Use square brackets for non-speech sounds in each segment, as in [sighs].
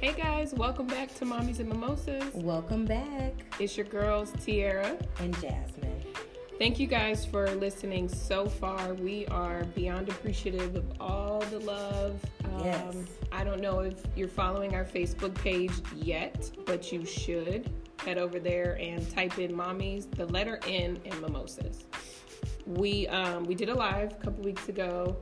Hey guys, welcome back to Mommies and Mimosas. Welcome back, It's your girls, Tiara. and Jasmine. Thank you guys for listening so far. We are beyond appreciative of all the love. Um, Yes. I don't know if you're following our Facebook page yet, but you should. Head over there and type in mommies, the letter N, and mimosas. We um, we did a live a couple weeks ago,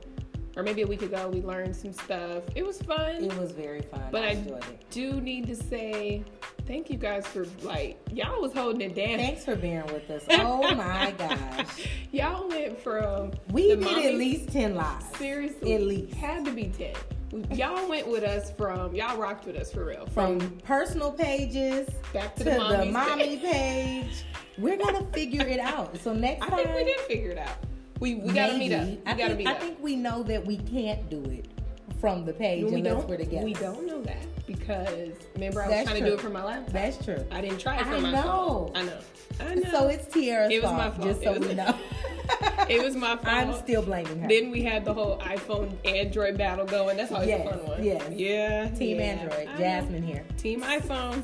or maybe a week ago. We learned some stuff. It was fun. It was very fun. But I I- enjoyed it. do need to say thank you guys for like y'all was holding it down. Thanks for bearing with us. Oh my gosh, [laughs] Y'all went from we The did mommy- at least ten lives. seriously At least. had to be ten. We- Y'all went with us from y'all rocked with us for real From personal pages back to, to the, the mommy's mommy day. page. We're [laughs] gonna figure it out. So next I time, think we did figure it out. We we gotta meet up. maybe. We I gotta think, meet I up. think we know that we can't do it from the page we unless don't. we're together. We don't know that because remember I was That's trying to true. do it for my laptop. That's true. I didn't try it for I my know. phone. I know. I know. [laughs] So it's Tiara's It was fault. my fault. Just so It [laughs] was- we know. it was my fault. I'm still blaming her. Then we had the whole iPhone Android battle going. That's always Yes, a fun one. yes. Yeah. Team yeah. Android, I know. Jasmine here. Team iPhone.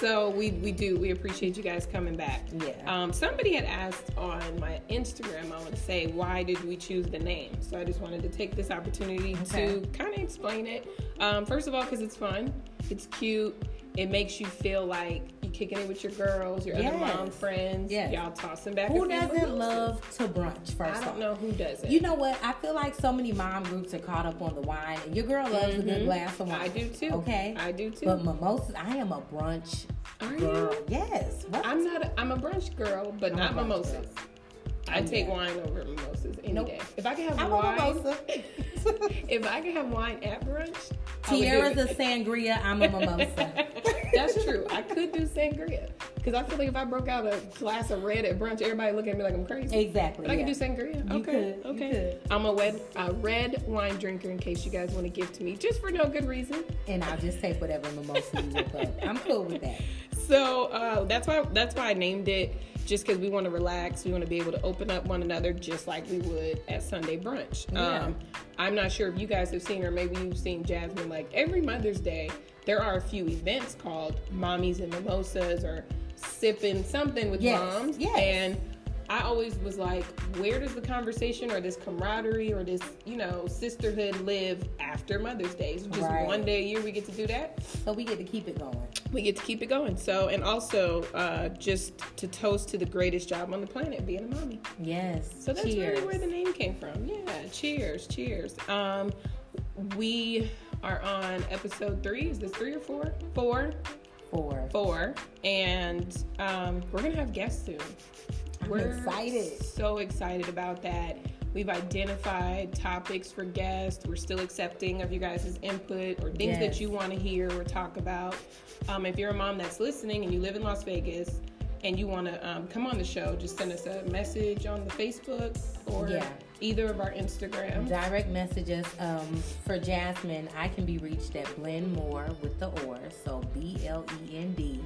So we we do we appreciate you guys coming back. Yeah. Um, somebody had asked on my Instagram, I want to say, why did we choose the name? So I just wanted to take this opportunity Okay. to kind of explain it. Um, first of all, because it's fun, it's cute, it makes you feel like you're kicking it with your girls, your other Yes. mom friends, Yes. y'all tossing back. Who a few doesn't mimosas. love to brunch? First I off? don't know who doesn't. You know what? I feel like so many mom groups are caught up on the wine, and your girl loves a good glass of wine. Mm-hmm. I do too. Okay, I do too. But mimosas, I am a brunch Are girl. you? Yes. What? I'm not. A, I'm a brunch girl, but I'm a not brunch girl. mimosas. I I'm take bad. wine over mimosas any Nope. day. If I can have I'm a wine, mimosa. [laughs] if I can have wine at brunch, I would do Tiara's a it. sangria. I'm a mimosa. [laughs] That's true. I could do sangria because I feel like if I broke out a glass of red at brunch, everybody look at me like I'm crazy. exactly. But I yeah. can do sangria. You okay. could, you okay. could. I'm a red, a red wine drinker in case you guys want to give to me just for no good reason. and I'll just take whatever mimosa you whip up. I'm cool with that. So uh, that's why that's why I named it just because we want to relax. We want to be able to open up one another just like we would at Sunday brunch. Yeah. Um, I'm not sure if you guys have seen or maybe you've seen Jasmine. Like every Mother's Day, there are a few events called Mommies and Mimosas or sipping something with Yes, moms. yes. And I always was like, where does the conversation or this camaraderie or this you know sisterhood live after Mother's Day? So just Right. one day a year we get to do that So we get to keep it going. we get to keep it going. So, and also uh, just to toast to the greatest job on the planet, being a mommy. Yes. So that's Cheers. really where the name came from. Yeah, cheers, cheers. Um, we are on episode three. Is this three or four? Four, Four. four, and um, we're gonna have guests soon. I'm excited. So excited about that. We've identified topics for guests. We're still accepting of you guys' input or things that Yes. you want to hear or talk about. Um, if you're a mom that's listening and you live in Las Vegas and you want to um, come on the show, just send us a message on the Facebook or Yeah. either of our Instagram. Direct messages um, for Jasmine. I can be reached at Blend More with the or. So B L E N D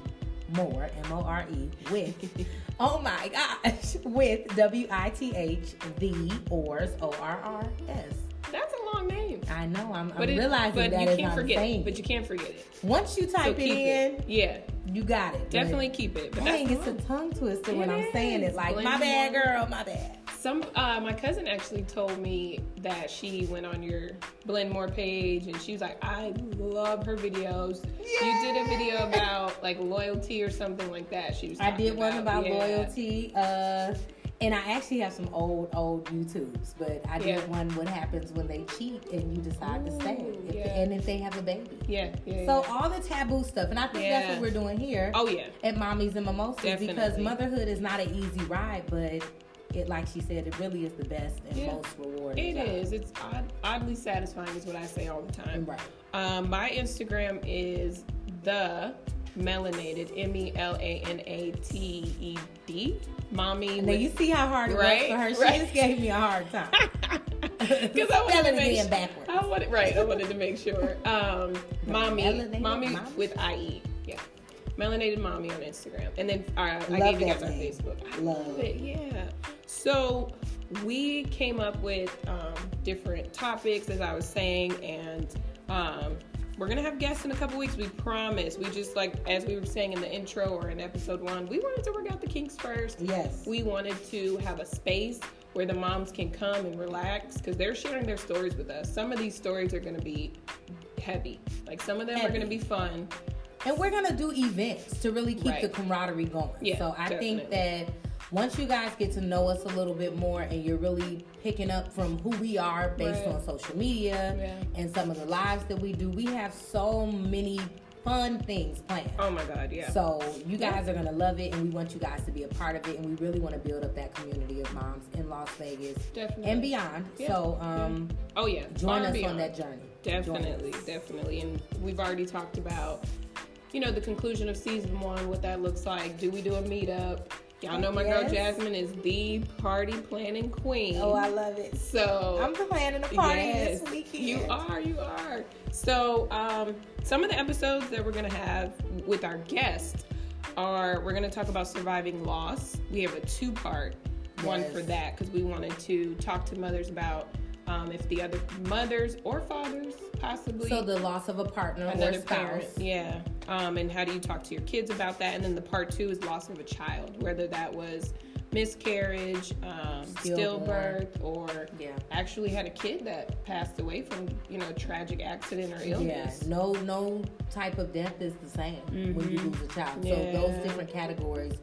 More M O R E with. [laughs] oh my gosh, with W I T H the Ors O R R S. That's a long name. I know. I'm, I'm it- realizing but that you as can't I'm forget saying it. But it. you can't forget it. Once you So type it keep in, it. Yeah, you got it. definitely keep it. But But that's dang, it's long. a tongue twister when It I'm saying is. it. Like, my Blend bad, More. girl. My bad. Some uh, my cousin actually told me that she went on your Blend More page and she was like, I love her videos. You did a video about like loyalty or something like that. She was. I talking did one about Yeah. loyalty. Uh, and I actually have some old, old YouTubes, but I did Yeah. one what happens when they cheat and you decide to stay. Ooh, If yeah. and if they have a baby. Yeah, yeah. So yeah. all the taboo stuff, and I think that's Yeah. what we're doing here oh yeah, at Mommies and Mimosas because Definitely. motherhood is not an easy ride, but it, like she said, it really is the best and Yeah. most rewarding. it job. is. It's odd, oddly satisfying, is what I say all the time. Right. Um, my Instagram is the melanated M E L A N A T E D mommy. Now with- you see how hard it Right, was for her. right. She just gave me a hard [laughs] time. [laughs] Because I wanted to Spelling make again su- backwards. I wanted right. I wanted to make sure. Um, mommy, melanated mommy, mommy? with I E. Yeah, melanated mommy on Instagram, and then uh, I Love gave you that guys our name. Facebook. I Love. love it. Yeah. So we came up with um, different topics, as I was saying, and um, We're gonna have guests in a couple weeks. We promise. We just like as we were saying in the intro or in episode one, we wanted to work out the kinks first. Yes. We wanted to have a space where the moms can come and relax because they're sharing their stories with us. Some of these stories are gonna be heavy. Like some of them are Heavy. gonna be fun. And we're gonna do events to really keep Right. the camaraderie going. Yeah, so I think that definitely. once you guys get to know us a little bit more and you're really picking up from who we are based Right. on social media Yeah. and some of the lives that we do, we have so many fun things planned. Oh my god, yeah. So you Yeah. guys are gonna love it, and we want you guys to be a part of it, and we really want to build up that community of moms in Las Vegas definitely. and beyond. Yeah. So um, Oh yeah. Far join us on beyond. that journey. Join us. Definitely, definitely. And we've already talked about, you know, the conclusion of season one, what that looks like. Do we do a meetup? Y'all know my girl Yes. Jasmine is the party planning queen. Oh, I love it. so I'm planning a party yes, this weekend. you are, you are. So um, some of the episodes that we're gonna have with our guest are we're gonna talk about surviving loss. We have a two part one Yes. for that because we wanted to talk to mothers about um, if the other mothers or fathers possibly So the loss of a partner or another spouse. parent. Yeah. Um, and how do you talk to your kids about that? And then the part two is loss of a child, whether that was miscarriage, um, Stillborn. stillbirth, or Yeah. actually had a kid that passed away from you know tragic accident or Yeah, illness. no, no type of death is the same when you lose a child. Yeah. So those different categories,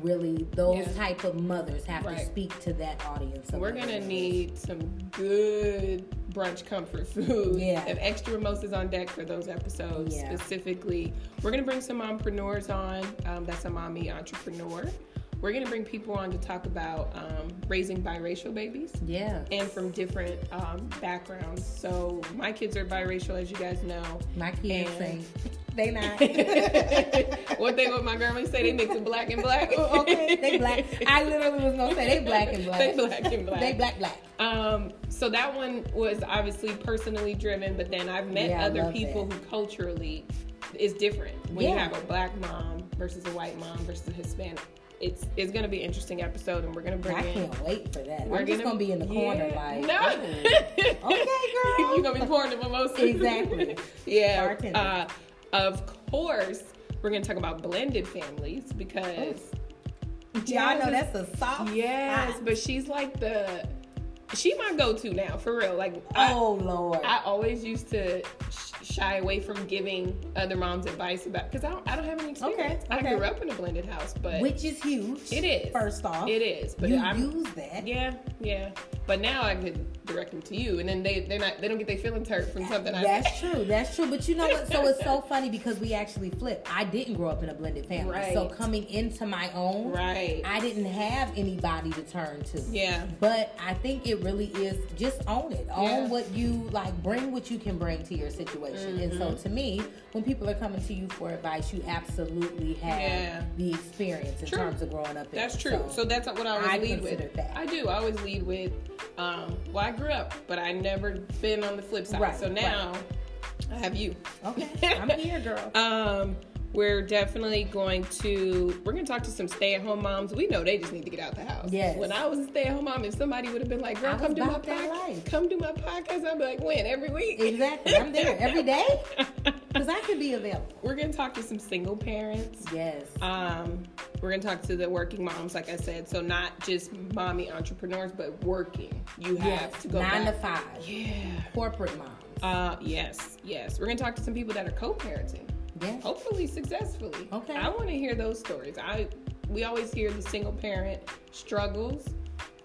really, those Yeah. type of mothers have to Right. speak to that audience. of We're mothers. gonna need some good brunch comfort food. Yeah. Have extra mimosas on deck for those episodes Yeah. specifically. We're gonna bring some mompreneurs on. Um, that's a mommy entrepreneur. We're gonna bring people on to talk about um, raising biracial babies Yeah, and from different um, backgrounds. So my kids are biracial, as you guys know. my kids And- say [laughs] they not. One thing what my grandma say, they mix the black and black. Oh, [laughs] okay, they black. I literally was gonna say they black and black. They black and black. They black black. [laughs] Um, so that one was obviously personally driven, but then I've met Yeah, I other love people that. who culturally is different. When you Yeah. have a black mom versus a white mom versus a Hispanic, it's it's gonna be an interesting episode, and we're gonna bring I in. can't wait for that. We're I'm just gonna be in the corner, Yeah. like oh. [laughs] no. Okay, girl. You're gonna be pouring the mimosas. Exactly. [laughs] yeah. Bartender. Uh, of course, we're gonna talk about blended families because oh. [laughs] y'all know that's a soft. yes, spot. but she's like the she my go-to now for real. Like I- Oh lord. I always used to sh- shy away from giving other moms advice about because I don't, I don't have any experience. Okay, okay. I grew up in a blended house, but which is huge. it is. First off, it is. But you I'm use that. yeah, yeah. But now I can direct them to you, and then they they're not they don't get their feelings hurt from something I That's [laughs] true. That's true. But you know what? So it's [laughs] so funny because we actually flip. I didn't grow up in a blended family, so Right. coming into my own, Right. I didn't have anybody to turn to. yeah. But I think it really is just own it. Own Yeah. what you like, bring what you can bring to your situation. And Mm-hmm. so to me, when people are coming to you for advice, you absolutely have Yeah. the experience in True. terms of growing up. in That's it. true. So, that's what I always I lead consider with. that. I do. I always lead with, um, well, I grew up, but I never been on the flip side. Right, so now I have you. [laughs] okay, I'm here, girl. Um, we're definitely going to we're gonna talk to some stay-at-home moms. We know they just need to get out the house. Yes. When I was a stay-at-home mom, if somebody would have been like, I "Girl, was come do my about that podcast, life. come do my podcast," I'd be like, "When? Every week?" Exactly. I'm there every day because I can be available. [laughs] we're gonna talk to some single parents. Yes. Um, we're gonna talk to the working moms, like I said. So not just mommy entrepreneurs, but working. You have yes. to go Nine back. to five. Yeah. Corporate moms. Uh, yes, yes. We're gonna talk to some people that are co-parenting. yes. hopefully successfully. Okay. I want to hear those stories. I we always hear the single parent struggles,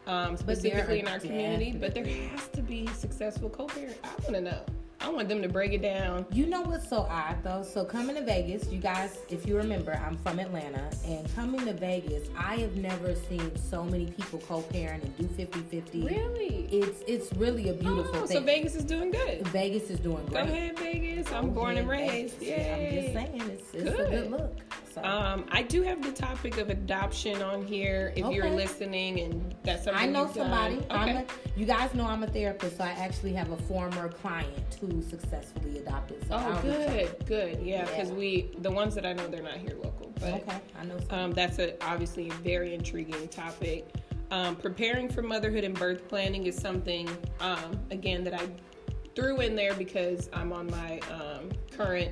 um, there specifically are in our community, but there definitely- has to be successful co-parent. I want to know. I want them to break it down. You know what's so odd though? So coming to Vegas, you guys, if you remember, I'm from Atlanta, and coming to Vegas, I have never seen so many people co-parent and do 50-50. Really? It's it's really a beautiful Oh, thing. so Vegas is doing good. Vegas is doing Go great. ahead, Vegas. I'm born and raised. Yeah, I'm just Yay. saying, it's, it's a Good. good look. So. Um, I do have the topic of adoption on here. If you're Okay. listening, and that's something I know you've done. somebody. I'm a, Okay. you guys know I'm a therapist, so I actually have a former client who successfully adopted. So Oh, I'll reach out. good, good. Yeah, because Yeah. we the ones that I know they're not here local, but Okay, I know. Somebody. Um, that's a, obviously a very intriguing topic. Um, preparing for motherhood and birth planning is something, um, again, that I threw in there because I'm on my um, current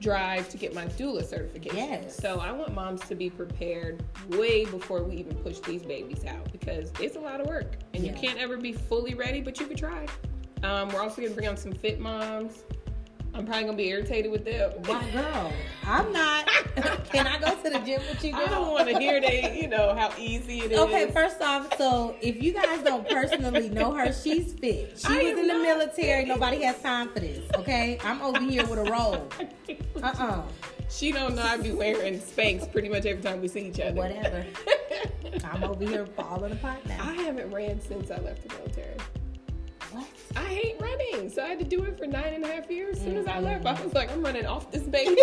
drive to get my doula certification. Yes. So I want moms to be prepared way before we even push these babies out because it's a lot of work and Yeah. you can't ever be fully ready, but you can try. Um, we're also gonna bring on some fit moms. I'm probably gonna be irritated with them. Why, girl? I'm not. [laughs] Can I go to the gym with you, girl? [laughs] I don't want to hear they, you know, how easy it is. Okay, first off, so if you guys don't personally know her, she's [laughs] fit. She I was am in the not military. Nobody has time for this. Okay, I'm over here with a roll. Uh uh she don't know I be wearing Spanx pretty much every time we see each other. Whatever. I'm over here falling apart [laughs] I now. haven't ran since I left the military. What? [laughs] I hate running, so I had to do it for nine and a half years. As soon as I Mm-hmm. left, I was like, I'm running off this [laughs] base, [laughs]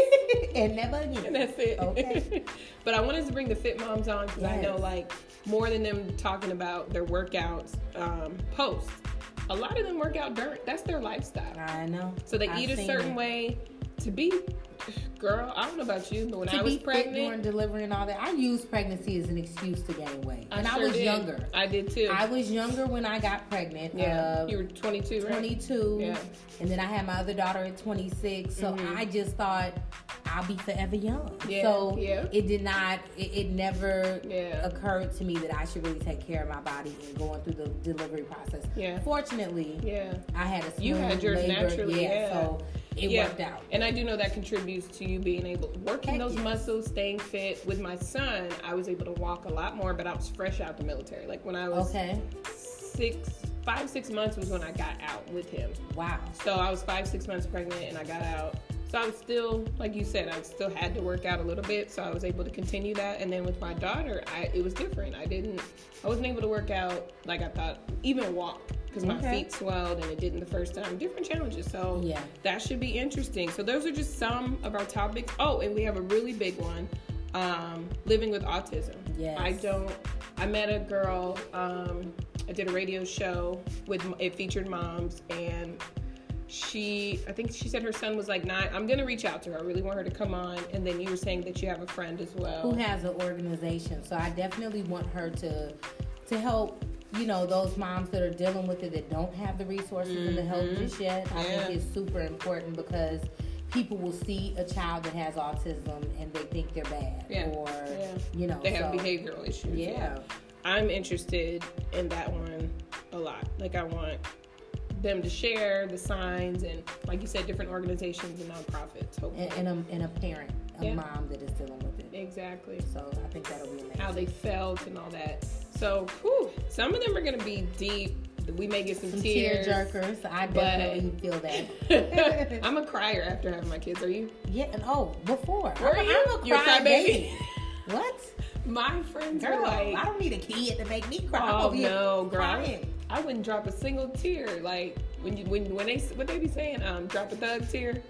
and never again. and that's it. Okay. [laughs] but I wanted to bring the fit moms on because I know, Yes. like, more than them talking about their workouts um, post. A lot of them work out during. That's their lifestyle. I know. So they I've eat a seen certain it. way to be. Girl, I don't know about you, but when To I was be pregnant, fit during delivery and all that, I used pregnancy as an excuse to gain weight. and I sure was did. younger. I did too. I was younger when I got pregnant. yeah, Uh, you were 22, right? 22 Yeah. Mm-hmm. and then i had my other daughter at 26 so i just thought i'll be forever young Yeah, so yeah. it did not it, it never Yeah. occurred to me that i should really take care of my body and going through the delivery process Yeah. fortunately Yeah. i had a smooth You had yours labor. naturally, yeah. so it yeah. worked out And I do know that contributes to you being able working Heck those yes. muscles, staying fit. With my son, I was able to walk a lot more, but I was fresh out the military. Like when I was okay six, five, six months was when I got out with him. wow So I was five, six months pregnant and I got out. So I was still, like you said, I still had to work out a little bit. So I was able to continue that. And then with my daughter, I, it was different. I didn't, I wasn't able to work out like I thought, even walk, because my Okay. feet swelled and it didn't the first time. Different challenges. So Yeah. that should be interesting. So those are just some of our topics. Oh, and we have a really big one um, living with autism. Yes. I don't, I met a girl, um, I did a radio show with, it featured moms and she i think she said her son was like nine i'm gonna reach out to her i really want her to come on and then you were saying that you have a friend as well who has an organization. So I definitely want her to to help, you know, those moms that are dealing with it that don't have the resources and the help just yet. I Mm-hmm. Yeah. think it's super important because people will see a child that has autism and they think they're bad Yeah. or Yeah. you know they have so- behavioral issues Yeah. i'm interested in that one a lot like i want them to share the signs and like you said different organizations and nonprofits hopefully And, and, a, and a parent, a Yeah. mom that is dealing with it. exactly So I think that'll be amazing. how they felt and all that so whew, some of them are gonna be deep we may get some, Some tear tears jerkers. I definitely feel that. [laughs] i'm a crier after having my kids are you Yeah, and oh, before. Were I'm, you? I'm a You're a cry crybaby? baby. What? My friends Girl, were like, I don't need a kid to make me cry. I'm "Oh over here no, girl, I, crying. I wouldn't drop a single tear." Like when you when when they what they be saying, um, drop a thug tear.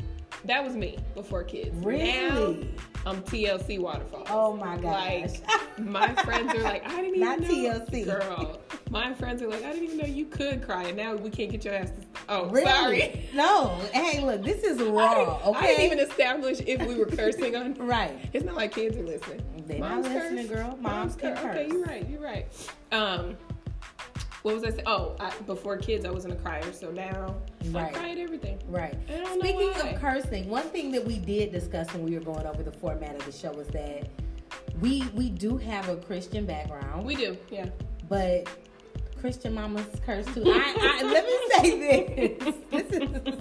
That was me before kids. Now Really? I'm TLC waterfall. Oh my gosh. Like my friends are like, I didn't even Not know, TLC. girl. My friends are like, I didn't even know you could cry, and now we can't get your ass. To, oh, Really? sorry. [laughs] [laughs] No. Hey, look, this is I didn't, raw. Okay. I didn't even establish if we were cursing on right. It's not like kids are listening. They not listening, girl. Moms can curse. Okay, curse. you're right. You're right. Um, what was I saying? Oh, I, before kids, I wasn't a crier, so now I Right. cry at everything. Right. I don't know Speaking why. of cursing, one thing that we did discuss when we were going over the format of the show was that we we do have a Christian background, We do, yeah. but Christian mamas curse too. I, I let me say this. [laughs] This is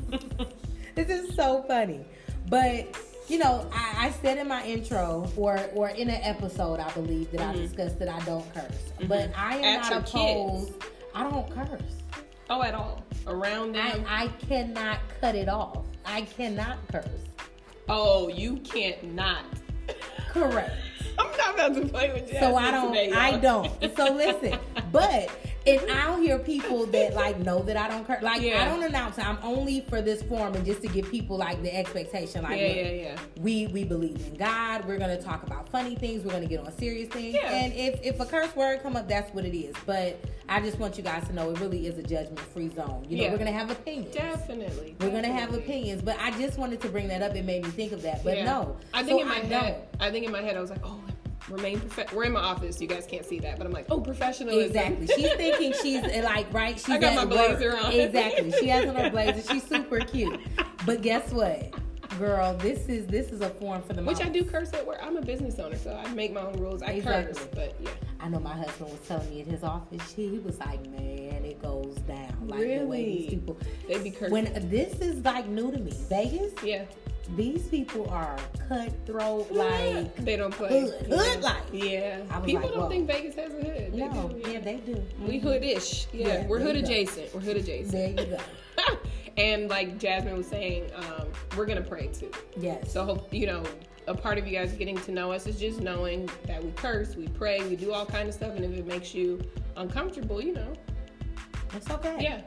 This is so funny. But you know, I, I said in my intro or or in an episode, I believe that I discussed that I don't curse. But I am Mm-hmm. At not your opposed. I don't curse. Oh, at all around them. I, I cannot cut it off. I cannot curse. oh, you can't not. Correct. I'm not about to play with Jasmine so I don't. Today, y'all. I [laughs] don't. So listen, but. And I'll hear people that like know that I don't curse. Like Yeah. I don't announce. I'm only for this forum and just to give people like the expectation. Like, yeah, look, yeah, yeah. we we believe in God. We're gonna talk about funny things. We're gonna get on serious things. Yeah. And if if a curse word come up, that's what it is. But I just want you guys to know it really is a judgment free zone. You know, Yeah. we're gonna have opinions. Definitely. We're gonna have definitely. opinions. But I just wanted to bring that up. It made me think of that. But Yeah. no, I think So in my I head, I think in my head, I was like, oh, remain prof- we're in my office you guys can't see that but i'm like oh professionalism Exactly. [laughs] She's thinking she's uh, like right. She's I got at my work. blazer on. Exactly. She has [laughs] on her blazer. She's super cute. But guess what, girl? This is this is a form for the which mom. i do curse at work i'm a business owner so i make my own rules i curse Exactly. but yeah I know my husband was telling me in his office. He was like, man, it goes down. Like the way Really? these people. they be cursing When this is like new to me, Vegas. yeah These people are cutthroat, like they don't play hood, hood like. yeah I was people like, don't whoa. think vegas has a hood They No, do, yeah. yeah, they do. we hoodish yeah, Yeah, we're there hood you go. adjacent we're hood adjacent There you go. [laughs] and like Jasmine was saying, um, we're gonna pray too. Yes. So hope you know a part of you guys getting to know us is just knowing that we curse, we pray, we do all kind of stuff, and if it makes you uncomfortable, you know, It's okay. yeah,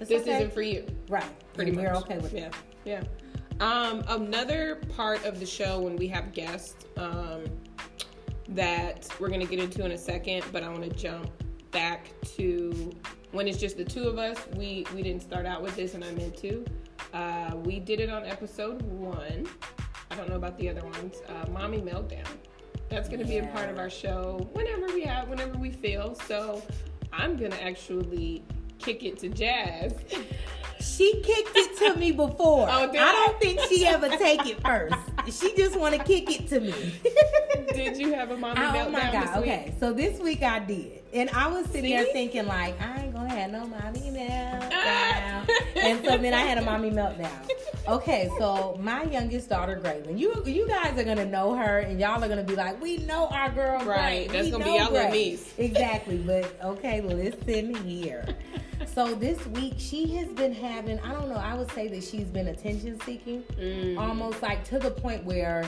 It's this okay. isn't for you. Right. Pretty and much. We're okay with yeah, that. yeah. Um, another part of the show when we have guests um, that we're gonna get into in a second, but I want to jump back to when it's just the two of us. We we didn't start out with this, and I meant to. Uh, we did it on episode one. I don't know about the other ones. Uh, Mommy meltdown. That's gonna be a part of Yeah. our show whenever we have, whenever we feel. So I'm gonna actually kick it to Jazz. [laughs] She kicked it to me before. Oh, did I I? don't think she ever take it first. She just want to kick it to me. Did you have a mommy meltdown oh my this god! week? Okay, so this week I did, and I was sitting See? there thinking like, I ain't gonna have no mommy Ah. [laughs] meltdown. and so then I had a mommy meltdown. Okay, so my youngest daughter, Graylin, you you guys are gonna know her, and y'all are gonna be like, we know our girl, Gray. Right, that's We gonna be know y'all little Gray." niece. [laughs] Exactly, but okay, listen here. So this week she has been having, I don't know, I would say that she's been attention seeking Mm. almost like to the point where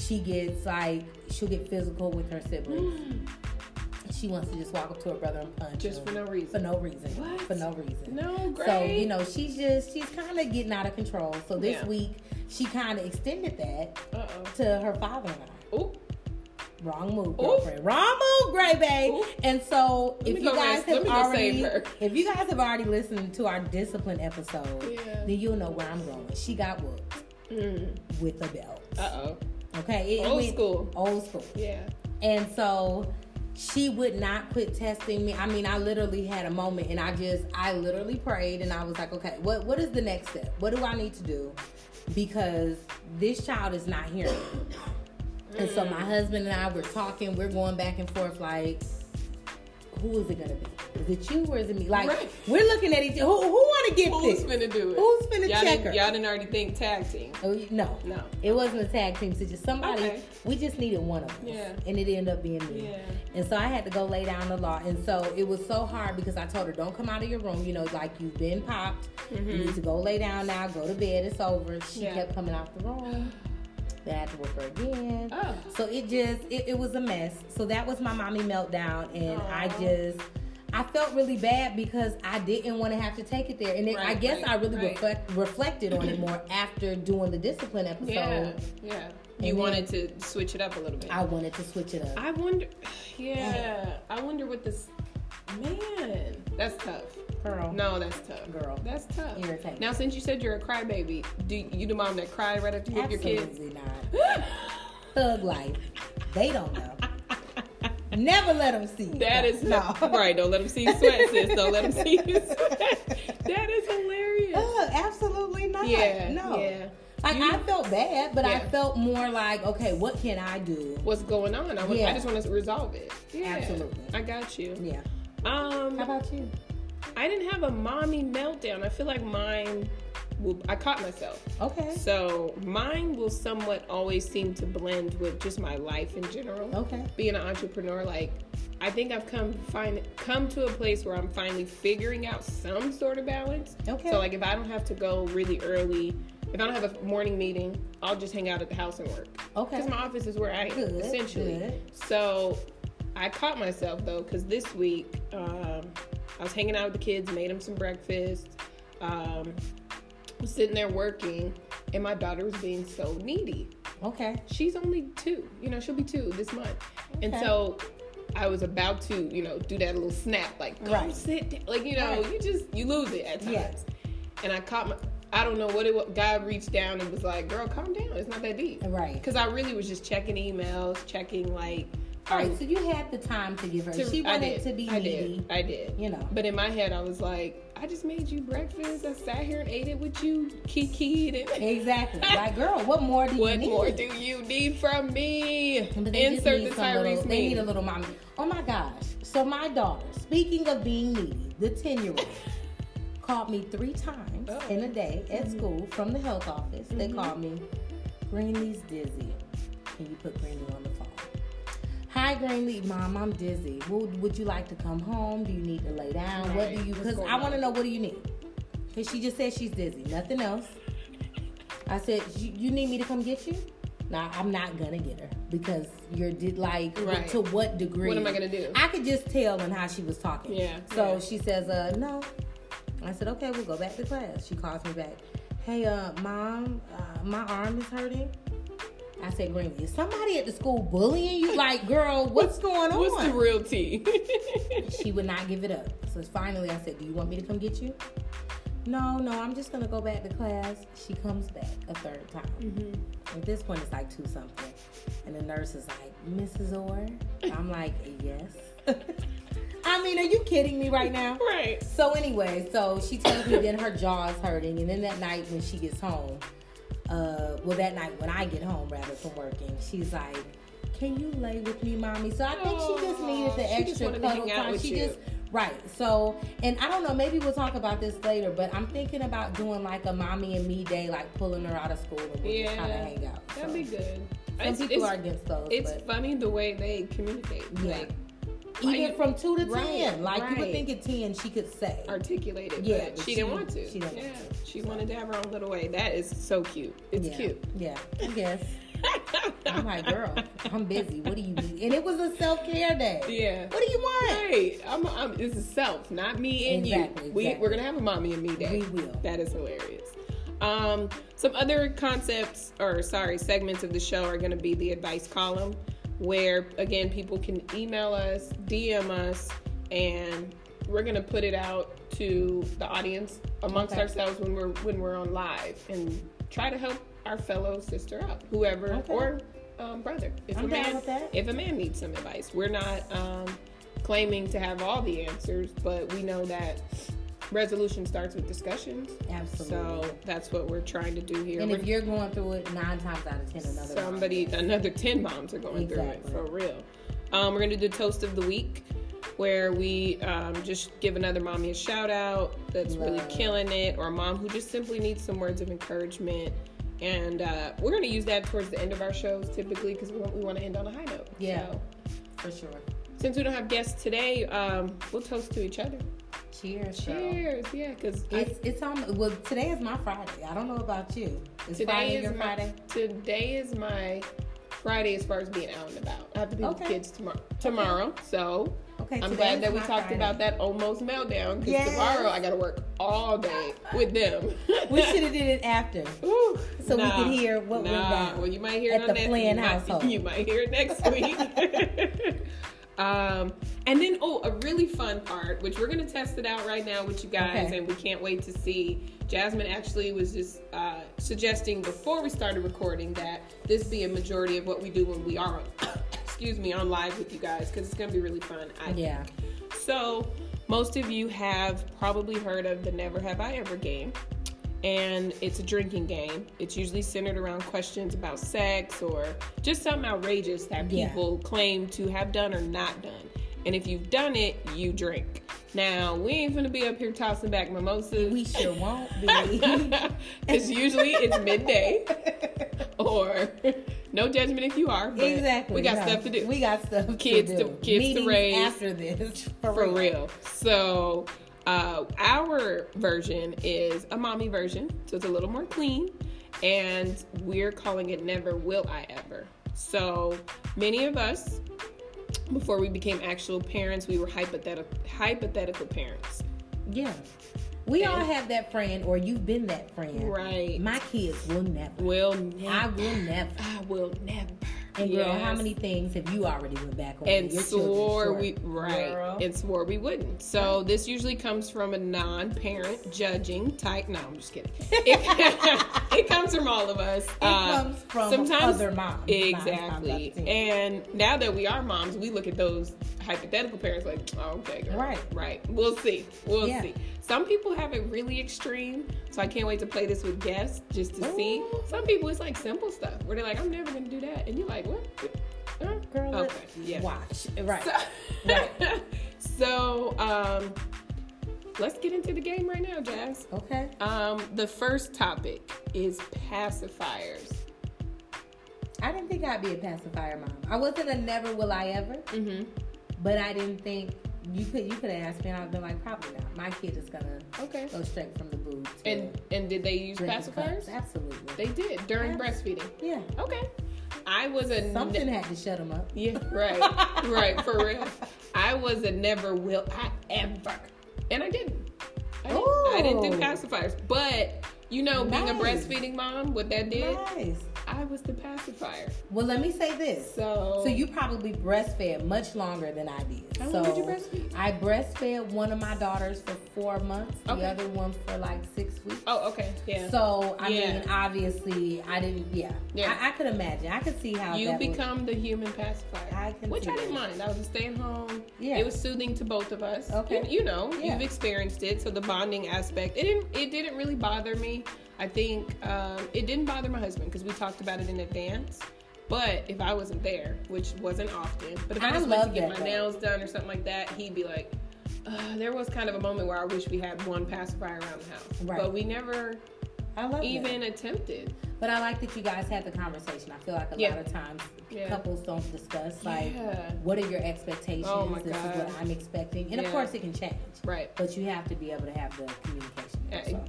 she gets like she'll get physical with her siblings. she wants to just walk up to her brother and punch Mm-hmm. [gasps] Just him for no reason. for no reason. What? For no reason. No, great. So you know she's just she's kind of getting out of control. So this Yeah. week she kind of extended that Uh to her father and I. oh. Ooh. Wrong move, Ooh. girlfriend. Wrong move, Gray Bay. Ooh. And so, me if you go guys rest- let have me go already, save her. if you guys have already listened to our discipline episode, Yeah. then you'll know where I'm going. She got whooped Mm. with a belt. Uh oh. Okay, it Old went- school. Old school. Yeah. And so she would not quit testing me. I mean, I literally had a moment and I just I literally prayed and I was like, okay, what what is the next step? What do I need to do? Because this child is not hearing. me. And so my husband and I were talking, we're going back and forth like who is it gonna be? Is it you or is it me? Like Right. we're looking at each other. Who, who wanna get Who's this? finna do it? Who's finna y'all check didn't, her? Y'all didn't already think tag team. Oh, you- no. No. It wasn't a tag team so just Somebody, Okay. we just needed one of us. Yeah. And it ended up being me. Yeah. And so I had to go lay down the law. And so it was so hard because I told her, don't come out of your room. You know, like you've been popped. You need to go lay down now. Go to bed. It's over. She Mm-hmm. Yeah. kept coming out the room. Then I had to work her again. Oh. So it just, it, it was a mess. So that was my mommy meltdown. And I Aw. just, I felt really bad because I didn't want to have to take it there. And it, I Right, guess right, I really right. reflect, reflected on it more after doing the discipline episode. Yeah. yeah. You then- wanted to switch it up a little bit. I wanted to switch it up. I wonder. [sighs] Yeah. I wonder what this. Man, that's tough. Girl. No, that's tough, Girl. That's tough. Irritating. Now, since you said you're a crybaby, do you the mom that cried right after you with your kids? Absolutely not. Thug life. They don't know. [gasps] [laughs] Never let them see. That is no. [laughs] right. Don't let them see you sweat, sis. Don't let them see you sweat. That is hilarious. Ugh, absolutely not. Yeah. Oh, No. Yeah. Like I felt bad, but I Yeah. felt more like, okay, what can I do? What's going on? I, want- I Yeah. just want to resolve it. Yeah. Absolutely. I got you. Yeah. How Um, about you? I didn't have a mommy meltdown. I feel like mine. Will, I caught myself. Okay. So mine will somewhat always seem to blend with just my life in general. Okay. being an entrepreneur like i think i've come find come to a place where i'm finally figuring out some sort of balance Okay. so like if i don't have to go really early if i don't have a morning meeting i'll just hang out at the house and work Okay. because my office is where i am Good, essentially good. so i caught myself though because this week um, i was hanging out with the kids made them some breakfast um, was sitting there working and my daughter was being so needy Okay. she's only two. You know, she'll be two this month. And Okay. so I was about to, you know, do that little snap, like, go Right. sit down. Like, you know, Right. you just, you lose it at times. Yes. And I caught my, I don't know what it was. God reached down and was like, girl, calm down. It's not that deep. Right. Because I really was just checking emails, checking, like, All right, so you had the time to give her. To- she I wanted did. to be I needy. did. I did. You know. But in my head, I was like, I just made you breakfast. I sat here and ate it with you, kikied it. Exactly. Like, girl, what more do you What need? more do you need from me? But they just Insert need the some little- Tyrese They need a meme. little mommy. Oh my gosh. So my daughter, speaking of being needy, the ten [laughs] year old called me three times Oh. Mm-hmm. in a day at school from the health office. They called me Greenlee's dizzy. Can you put Greenlee on the phone? Hi Greenlee, mom, I'm dizzy. Would, would you like to come home? Do you need to lay down? What Right. do you? What's Because going I want to on? know what do you need. Cause she just said she's dizzy. Nothing else. I said, you, you need me to come get you? No, I'm not gonna get her because you're did like Right. to what degree? What am I gonna do? I could just tell in how she was talking. Yeah, So yeah. she says, uh, no. I said, okay, we'll go back to class. She calls me back. Hey, uh, mom, uh, my arm is hurting. I said, Greenlee, is somebody at the school bullying you? Like, girl, what's going on? What's the real [laughs] tea? she would not give it up. So finally, I said, "Do you want me to come get you?" No, no, I'm just gonna go back to class. She comes back a third time. Mm-hmm. At this point, it's like two something, and the nurse is like, "Mrs. Orr," I'm like, "Yes." [laughs] I mean, are you kidding me right now? right. So anyway, so she tells me then her jaw is hurting, and then that night when she gets home, uh, well that night when I get home rather from working, she's like, "Can you lay with me, mommy?" So I think she just needed the Aw, she just extra wanted to cuddle hang out time. with She you. just right. So and I don't know, maybe we'll talk about this later, but I'm thinking about doing like a mommy and me day, like pulling her out of school and we'll just Yeah. kind of hang out. That'd So, be good. Some It's, people it's- are against those, it's but funny the way they communicate. Yeah. Like, even like- from two to Right, ten, like you would right. think at ten she could say. articulate it. Yeah, but but she, she- didn't want to. she didn't yeah, want to. she wanted to have her own little way. That is so cute. It's yeah. cute. Yeah, I guess. [laughs] I'm like, girl, I'm busy. What do you need? And it was a self care day. [laughs] Yeah. What do you want? Hey, I'm, I'm, this is self, not me and Exactly, you. We, exactly. We're going to have a mommy and me day. We will. That is hilarious. Um, some other concepts, or sorry, segments of the show are going to be the advice column, where again, people can email us, DM us, and we're going to put it out to the audience amongst Okay. ourselves when we're when we're on live and try to help our fellow sister out, whoever Okay. or um, brother. If I'm a man, down with that. If a man needs some advice, we're not um, claiming to have all the answers, but we know that resolution starts with discussions. Absolutely. So that's what we're trying to do here. and if We're- you're going through it nine times out of ten, another somebody, mom is. another 10 moms are going Exactly. through it for real. Um, we're going to do toast of the week where we um, just give another mommy a shout out that's really Love. killing it or a mom who just simply needs some words of encouragement. And uh, we're going to use that towards the end of our shows typically because we want, we want to end on a high note. Yeah. So, for sure. since we don't have guests today, um, we'll toast to each other. Cheers. girl. Cheers. Yeah, because It's it's on. Well, today is my Friday. I don't know about you. It's Friday. Today your is my Friday. today is my Friday as far as being out and about. I have to be Okay. with the kids tomorrow. Tomorrow, so Okay. I'm today glad is that we my talked Friday. about that almost meltdown because Yes. tomorrow I got to work all day with them. [laughs] We should have did it after. [laughs] Ooh, so we could hear what we nah. got Well, you might hear at it on the that- [laughs] Flynn you might- household. You might hear it next [laughs] week. um, and then, oh, a really fun part, which we're gonna test it out right now with you guys, Okay. and we can't wait to see. Jasmine actually was just uh, suggesting before we started recording that this be a majority of what we do when we are, [coughs] excuse me, on live with you guys because it's gonna be really fun. I Yeah. so, most of you have probably heard of the Never Have I Ever game, and it's a drinking game. It's usually centered around questions about sex or just something outrageous that Yeah. people claim to have done or not done. And if you've done it, you drink. Now, we ain't gonna be up here tossing back mimosas. [laughs] We sure won't be. [laughs] Because usually it's midday or [laughs] no judgment if you are. but exactly. We got no. stuff to do. We got stuff. Kids to, to- do. kids to Meetings raise. after this. [laughs] For, for real. So uh, our version is a mommy version, so it's a little more clean, and we're calling it Never Will I Ever. So many of us, before we became actual parents, we were hypothetical hypothetical parents. Yeah. We all And- have that friend, or you've been that friend. Right. My kids will never. Will never. I will never. I will never. And girl, how Yes. many things have you already went back on? and with your children? swore Sure. we right Girl. and swore we wouldn't. So this usually comes from a non-parent judging type. No, I'm just kidding. It, [laughs] it comes from all of us. uh, It comes from other moms. Exactly. Moms, moms, and now that we are moms, we look at those hypothetical parents like, oh, okay, girl. Right. right. We'll see. We'll Yeah. see. Some people have it really extreme, so I can't wait to play this with guests just to see. Ooh. Some people it's like simple stuff where they're like, I'm never gonna do that, and you're like, what? Huh? Mm, girl, Okay, let's yeah. watch. Right. So, [laughs] so, um, let's get into the game right now, Jazz. okay. Um, the first topic is pacifiers. I didn't think I'd be a pacifier mom. I wasn't a never will I ever, Mm-hmm. but I didn't think you could you could have asked me and I've been like, probably not. My kid is gonna Okay. go straight from the boob. to And and did they use drink the cups. pacifiers? Absolutely. They did during Yeah. breastfeeding. yeah. Okay. I was a ne- Something had to shut him up. yeah right right for real. I was a never will I ever, and I didn't. I didn't, I didn't do Ooh. pacifiers, but you know, being a Oh. Nice. breastfeeding mom, what that did, Nice. I was the pacifier. Well, let me say this. So So you probably breastfed much longer than I did. How so long did you breastfeed? I breastfed one of my daughters for four months, Okay. the other one for like six weeks. Oh, okay. Yeah. So I Yeah. mean, obviously, I didn't. Yeah, Yeah. I, I could imagine. I could see how you that would- become the human pacifier. I can which see I didn't that. mind. I was a stay at home. Yeah. It was soothing to both of us. Okay. You, you know, Yeah. you've experienced it. So the bonding aspect, it didn't it didn't really bother me. I think um, it didn't bother my husband because we talked about it in advance. But if I wasn't there, which wasn't often, but if I, I just went to love get my that, though. nails done or something like that, he'd be like, uh, there was kind of a moment where I wish we had one pacifier around the house. Right. But we never I love even even. attempted. But I like that you guys had the conversation. I feel like a Yeah. lot of times Yeah. couples don't discuss like Yeah. what are your expectations. Oh, my this is God. what I'm expecting, and Yeah. of course it can change. Right. But you have to be able to have the communication. Uh, there, so.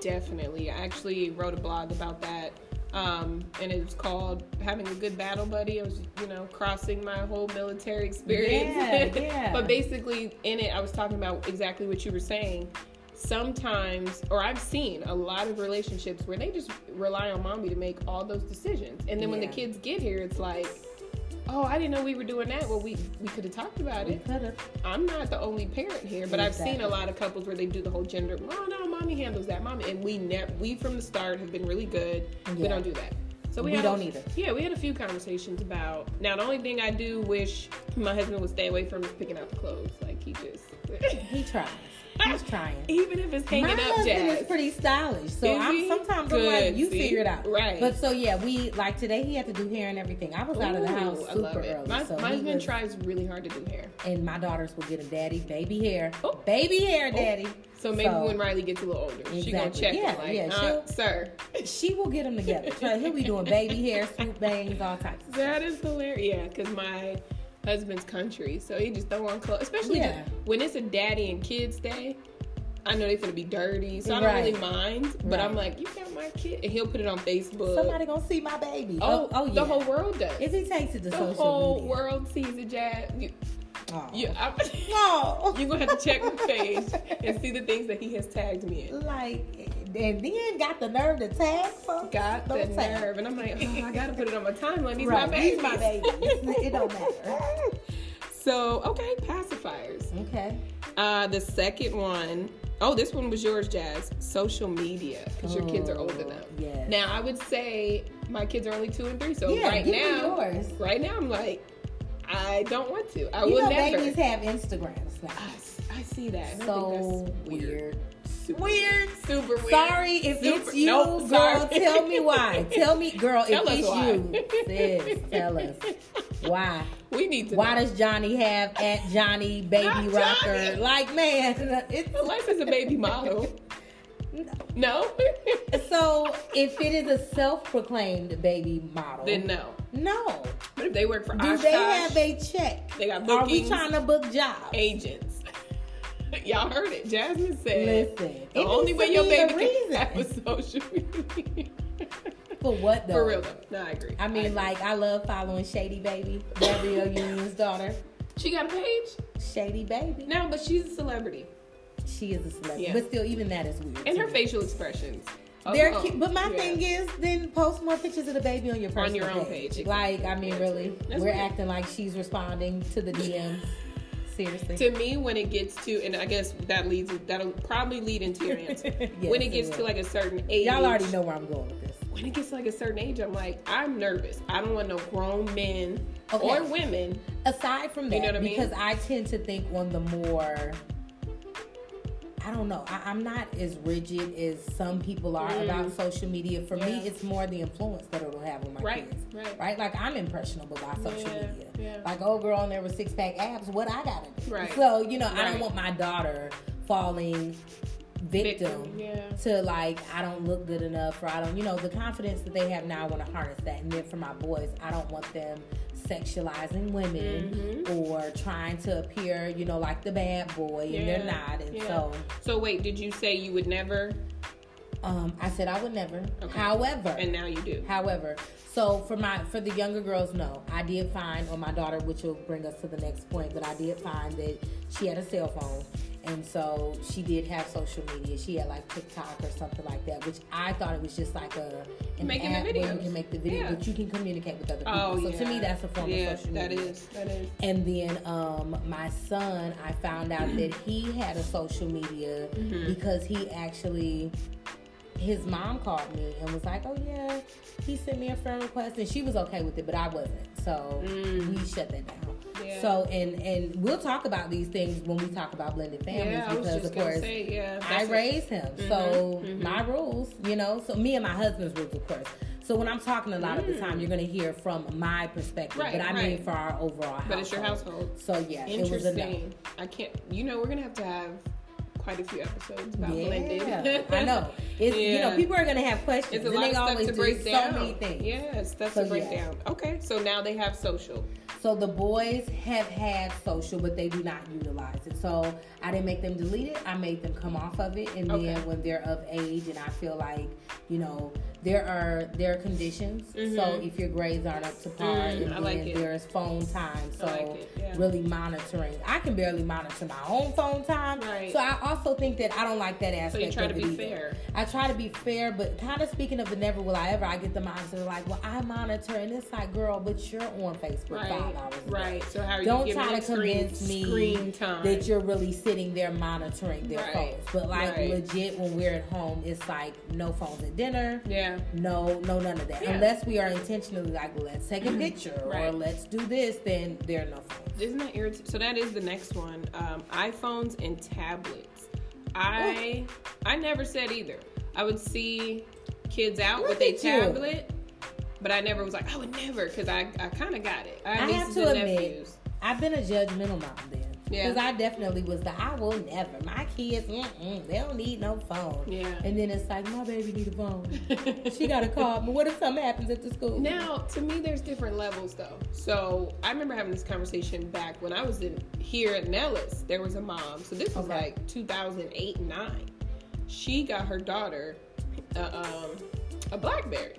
Definitely. I actually wrote a blog about that. Um, and it was called Having a Good Battle Buddy. I was, you know, crossing my whole military experience. [laughs] Yeah, yeah. but basically, in it, I was talking about exactly what you were saying. Sometimes, or I've seen a lot of relationships where they just rely on mommy to make all those decisions. And then when the Yeah. kids get here, it's like, oh, I didn't know we were doing that. Well, we, we could have talked about We it. could've. I'm not the only parent here, but I've seen a Exactly. lot of couples where they do the whole gender. Well, no, mommy handles that, mommy, and we never. We from the start have been really good. We Yeah. don't do that. So we, We had don't a, either. Yeah, we had a few conversations about. Now the only thing I do wish my husband would stay away from is picking out the clothes. Like he just, [laughs] He tries. He's trying. even if it's hanging My up, husband jazz. is pretty stylish, so Is he? I'm sometimes I'm Good, like, you see? figure it out, Right. But so yeah, we like today he had to do hair and everything. I was out of the house Ooh, super I love it. early, my so my he husband was- tries really hard to do hair. and my daughters will get a daddy baby hair, Oh. baby hair, daddy. So maybe So- when [laughs] Riley gets a little older, she gonna Exactly. check him Yeah, like, yeah, uh, she'll- sir. She will get them together. So he'll be doing baby hair, swoop bangs, all types. Of That is hilarious. Yeah, because my husband's country, so he just throw on clothes. Especially Yeah. just- when it's a daddy and kids day. I know they're gonna be dirty, so I don't Right. really mind. But I'm Right. like, you got my kid, and he'll put it on Facebook. Somebody gonna see my baby. oh, oh yeah. the whole world does. if he takes it the to social whole media. world sees a jab. You, Oh. you, I'm, [laughs] No. you're gonna have to check my page [laughs] and see the things that he has tagged me in. Like, and then got the nerve to tag folks. Got the Don't tag. nerve, and I'm like, oh, I gotta put it on my timeline. He's Right, my baby. these my babies. It don't matter. [laughs] So okay, pacifiers. Okay. Uh, the second one, oh, this one was yours, Jazz. Social media, because your kids are Oh, older now. yes. Now, I would say my kids are only two and three, so Yeah, right give me now, yours. right now, I'm like, I don't want to. I you will know, never. babies have Instagrams I, now. s- I see that. and I So think that's weird. Super Weird. Super weird. Sorry if Super- it's you, nope, girl. sorry. Tell [laughs] me why. Tell me, girl, Tell us if it's why. you, sis. Tell us why. We need to. Why know. does Johnny have at Johnny Baby Not Rocker? Johnny. Like, man, [laughs] it's [laughs] Unless it's a [laughs] baby model. no? so. If it is a self-proclaimed baby [laughs] model, then no. no. But if they work for Do Oshkosh they have a check? They got Are we bookings. trying to book jobs? agents, [laughs] y'all heard it. Jasmine said. Listen, The it only needs way to your be a baby can reason. have is social media. [laughs] For what though? For real though. No, I agree. I mean, agree. like I love following Shady Baby, Gabrielle Union's daughter. she got a page? Shady Baby. No, but she's a celebrity. She is a celebrity, Yeah. but still, even that is weird. And to her me. facial expressions. Oh, They're oh, cute, but my yeah. thing is, then post more pictures of the baby on your On your personal own page, Like, I mean, Yeah. really, That's we're weird. acting like she's responding to [laughs] the DMs. Seriously, to me when it gets to and i guess that leads that'll probably lead into your answer [laughs] Yes, when it gets to will. like a certain age y'all already know where I'm going with this. when it gets to like a certain age i'm like i'm nervous i don't want no grown men Okay. or women aside from that, You know what I mean? because I tend to think on the more. I don't know. I, I'm not as rigid as some people are Mm. about social media. For me, Yeah. it's more the influence that it'll have on my Right, kids. right. Like I'm impressionable by social Yeah, media. yeah. Like old girl and there with six pack abs. What I gotta do? Right. So you know, I Right. don't want my daughter falling victim, Victim, yeah. to like I don't look good enough or I don't you know the confidence that they have now I want to harness that and then for my boys I don't want them sexualizing women Mm-hmm. or trying to appear you know like the bad boy and they're Yeah, not and yeah. so so wait did you say you would never um, I said I would never Okay. however and now you do However, so for my for the younger girls, no, I did find on my daughter, which will bring us to the next point, but I did find that she had a cell phone, and so she did have social media. She had like TikTok or something like that, which I thought it was just like a an Making the app where you videos. can make the video, Yeah. but you can communicate with other people. oh so yeah. to me, that's a form yeah, of social media. that is that is And then um, my son, I found out that he had a social media Mm-hmm. because he actually, his mom called me and was like, "Oh yeah, he sent me a friend request," and she was okay with it, but I wasn't. So we shut that down. Mm. Yeah. So and and we'll talk about these things when we talk about blended families yeah i was because just of gonna course say yeah I that's a- Mm-hmm. raised him. So my rules, you know, so me and my husband's rules, of course. So when I'm talking a lot of the time, you're going to hear from my perspective, Mm. Right, but I right. mean for our overall. But it's your household. So yeah, it was a no. interesting i can't you know we're gonna have to have quite a few episodes about blended Yeah, I know. It's, You know, Yeah. people are going to have [laughs] questions. It's a and lot they of stuff always to do break so down. many things. Yeah, stuff So, to break yeah. down. Okay, so now they have social. So the boys have had social, but they do not utilize it. So I didn't make them delete it. I made them come off of it, and Okay. then when they're of age, and I feel like you know there are there are conditions. So if your grades aren't up to par, Mm-hmm. Mm, and I like then it. there's phone time. So like it, yeah. really monitoring. I can barely monitor my own phone time. Right. So I also think that I don't like that aspect. try of to it be either. fair. I try to be fair, but kind of speaking of the never will I ever, I get the mindset of like, well, I monitor, and it's like, girl, but you're on Facebook Right. five hours a day. Right. So how are Don't you giving them try to screen, convince me screen time? that you're really sitting there monitoring their Right. phones. But like Right. legit, when we're at home, it's like no phones at dinner. yeah. No, no, none of that. Yeah. Mm-hmm. Unless we are intentionally like, let's take a picture or Right. let's do this, then there are no phones. Isn't that irritating? So that is the next one. Um, iPhones and tablets. I Oh. I never said either. I would see kids out Look with a at you. tablet, but I never was like, I would never, because I, I kind of got it. I Our have nieces to and admit, nephews. I've been a judgmental mom then. Yeah. Because I definitely was the I will never. My kids, mm-mm, they don't need no phone. Yeah. And then it's like, my baby need a phone. [laughs] she got to call me. What if something happens at the school? Now, to me, there's different levels though. So I remember having this conversation back when I was in here at Nellis. There was a mom. So this was Okay. like 2008, nine. She got her daughter uh, um, a BlackBerry.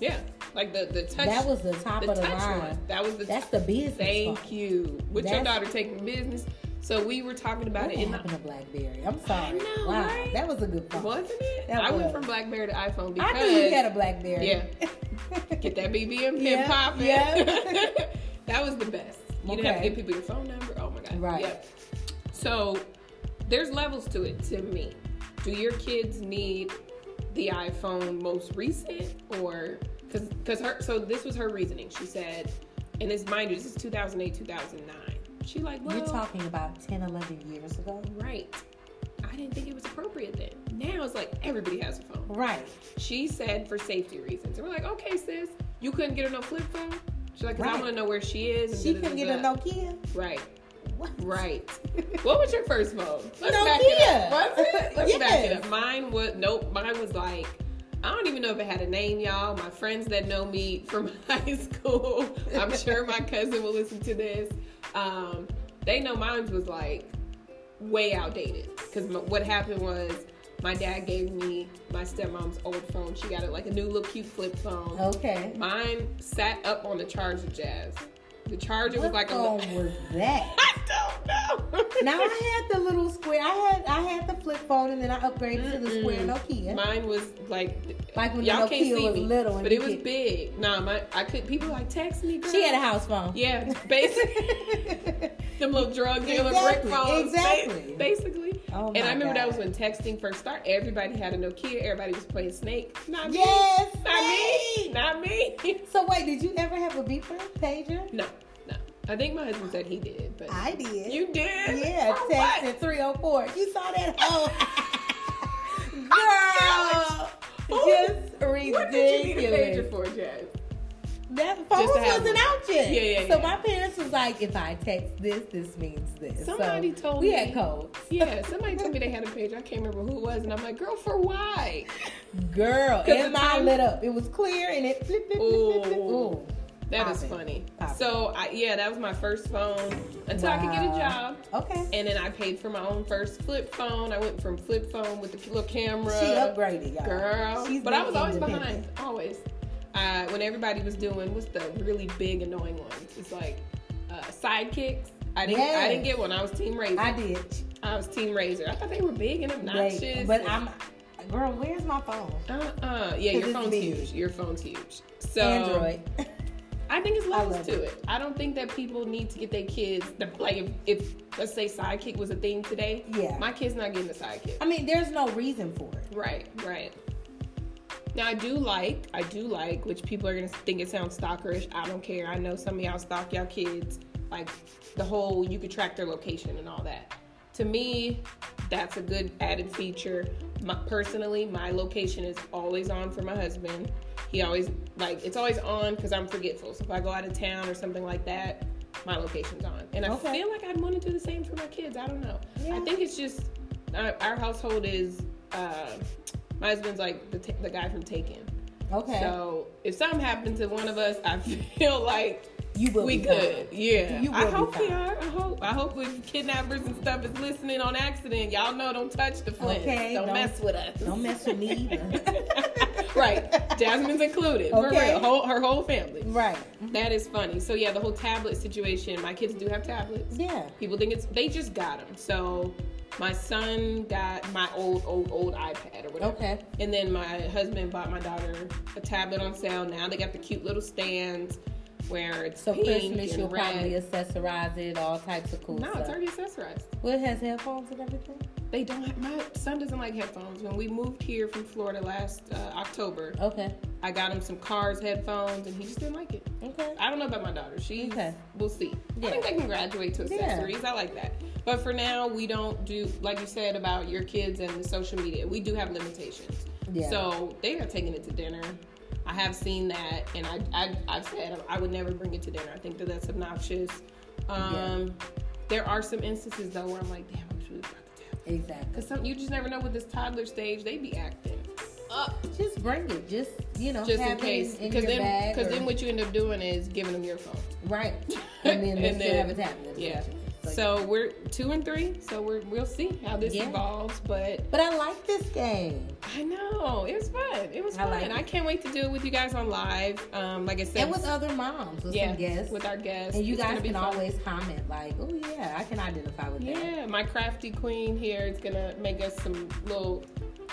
Yeah, like the the touch. that was the top the of the touch line. one. That was the. That's the business. thank phone. you. With your That's- daughter taking business. So we were talking about What it in happened the. to BlackBerry? I'm sorry. know, wow, right? that was a good phone. Wasn't it? That I went was. from BlackBerry to iPhone because I knew you had a BlackBerry. [laughs] Yeah. get that BBM pin Yeah, popping. yeah. [laughs] that was the best. You didn't have to Okay. give people your phone number. Oh my god. Right. Yep. So there's levels to it to me. Do your kids need the iPhone most recent or because because her so this was her reasoning. She said, and this mind you, this is 2008 2009. She like well You're talking about 10, 11 years ago. right. I didn't think it was appropriate then. Now it's like everybody has a phone. Right. She said for safety reasons. And we're like, okay, sis, you couldn't get her no flip phone? She's like, 'cause I Right. want to know where she is. and She couldn't get a da-da-da-da. Nokia. Right, What? right. what was your first phone? Nokia. it up. Was it? Let's back it Yes. up. Mine was, nope, mine was like, I don't even know if it had a name, y'all. My friends that know me from [laughs] high school, I'm sure my cousin will listen to this. Um, they know mine was like way outdated because what happened was my dad gave me my stepmom's old phone. Oh. She got it like a new little cute flip phone. [laughs] Okay. Mine sat up on the charger jazz. The charger was What's like a wrong little. with that? [laughs] I don't know. now I had the little square. I had I had the flip phone, and then I upgraded to the square Nokia. Mine was like like when the y'all Nokia can't see was me, little, and but you it was could- big. Nah, my I could. People like text me. Girl. She had a house phone. [laughs] Yeah, basically, them little drug dealer Exactly, brick phones. ba- exactly. Basically. Oh and my I remember that was God. when texting first started. Everybody had a Nokia. Everybody was playing Snake. Not yes. me. Not me. Snake! Not me. [laughs] So wait, did you ever have a beeper pager? no, no. I think my husband said he did, but I did. you did. Yeah, For text what? at 304. You saw that [laughs] hoe. I Girl. saw it. Just ridiculous. What did you need a pager for, Jazz? That phone Just to have wasn't one. out yet. Yeah, yeah, So yeah. my parents was like, if I text this, this means this. So Somebody told we me. had codes. Yeah, somebody told me they had a pager. I can't remember who it was, and I'm like, girl, for why? Girl, 'Cause the and mine time- lit up. It was clear and it flip, flip, flip, flip, flip. Ooh. Ooh. That Pop is it. funny. Pop it. So I, yeah, that was my first phone until I could get a Wow. job. Okay. And then I paid for my own first flip phone. I went from flip phone with the little camera. she upgraded, y'all. Girl. She's but I been was always independent. behind. Always. Uh, when everybody was doing what's the really big annoying ones? It's like uh, sidekicks. I didn't I didn't Yes. get one. I was team razor. I I, did. was team razor. I thought they were big and obnoxious. Like, but and- I'm, girl, where's my phone? uh uh yeah, your it's phone's big. huge. Your phone's huge. So Android. [laughs] I think it's I levels love to it. I don't think that people need to get their kids the, like if, if let's say sidekick was a thing today. Yeah. My kid's not getting a sidekick. I mean, there's no reason for it. Right, right. Now I do like, I do like, which people are gonna think it sounds stalkerish. I don't care. I know some of y'all stalk y'all kids, like the whole you could track their location and all that. To me, that's a good added feature. My, personally, my location is always on for my husband. He always like it's always on because I'm forgetful. So if I go out of town or something like that, my location's on. And I Okay. feel like I'd want to do the same for my kids. I don't know. Yeah. I think it's just our, our household is uh, my husband's like the, t- the guy from Taken. Okay. So if something happened to one of us, I [laughs] feel like you will we be good. fine. Yeah, You will I be hope we fine. are. I hope. I hope if kidnappers and stuff is listening on accident, y'all know don't touch the flint. Okay, don't, don't- mess with us. Don't mess with me either. [laughs] right, Jasmine's included for Okay. real. Whole, her whole family. right. That is funny. So yeah, the whole tablet situation. My kids do have tablets. Yeah. People think it's they just got them. So my son got my old old old iPad or whatever. Okay. And then my husband bought my daughter a tablet on sale. Now they got the cute little stands where it's So pink Christmas, and you'll red. probably accessorize it, all types of cool no, stuff. it's already accessorized. well, it has headphones and everything. They don't. Have, my son doesn't like headphones. When we moved here from Florida last uh, October, Okay. I got him some Cars headphones, and he just didn't like it. Okay. I don't know about my daughter. She, Okay. we'll see. I Yeah. think they can graduate to Yeah. accessories. I like that. But for now, we don't do like you said about your kids and the social media. We do have limitations. Yeah. So they are taking it to dinner. I have seen that, and I, I I've said I would never bring it to dinner. I think that that's obnoxious. Um, There are some instances though where I'm like, damn, I wish we was about to Exactly. because some you just never know with this toddler stage they be acting up Just bring it. Just you know, just have in case It in, in because your then bag because or- then what you end up doing is giving them your phone. [laughs] right, and then they And still then- have a tablet. Yeah. essentially. So we're two and three. So we're we'll see how this Yeah. evolves. But but I like this game. I know it was fun. It was I fun. like I it. can't wait to do it with you guys on live. Um, like I said, And with other moms, with yeah, some guests. with our guests, and you It's gonna guys be can fun. always comment like, oh yeah, I can identify with that. Yeah, my crafty queen here is gonna make us some little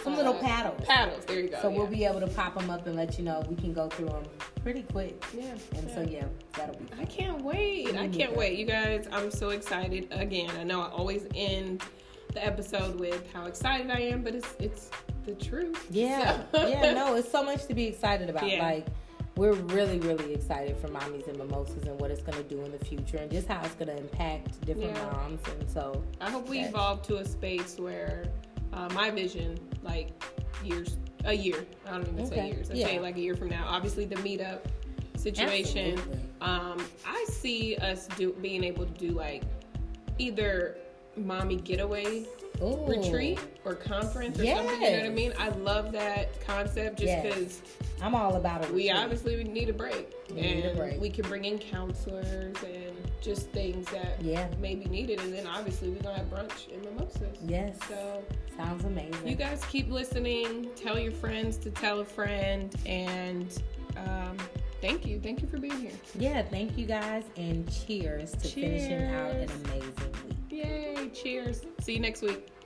Some little paddles. Paddles. There you go. So we'll yeah. be able to pop them up and let you know. We can go through them pretty quick. Yeah. And yeah. so yeah, that'll be I fun. can't wait. I can't wait. You guys, I'm so excited again. I know I always end the episode with how excited I am, but it's it's the truth. Yeah, So- yeah. No, it's so much to be excited about. Yeah. Like. We're really, really excited for mommies and mimosas and what it's going to do in the future and just how it's going to impact different Yeah. moms. And so, I hope we Yes. evolve to a space where uh, my vision, like years, a year. I don't even say Okay. years. I Yeah. say like a year from now. Obviously, the meetup situation. Absolutely. Um, I see us do being able to do like either mommy getaway ooh, retreat or conference or something. You know what I Yes. mean? I love that concept just Yes. because I'm all about it. we obviously we need a break. We and need a break. we can bring in counselors and just things that Yeah. may be needed. And then obviously we're going to have brunch and mimosas. Yes. So Sounds amazing. you guys keep listening. Tell your friends to tell a friend. And um, Thank you. Thank you for being here. Yeah, thank you guys and cheers to finishing out an Cheers. amazing week. Yay. Cheers. See you next week.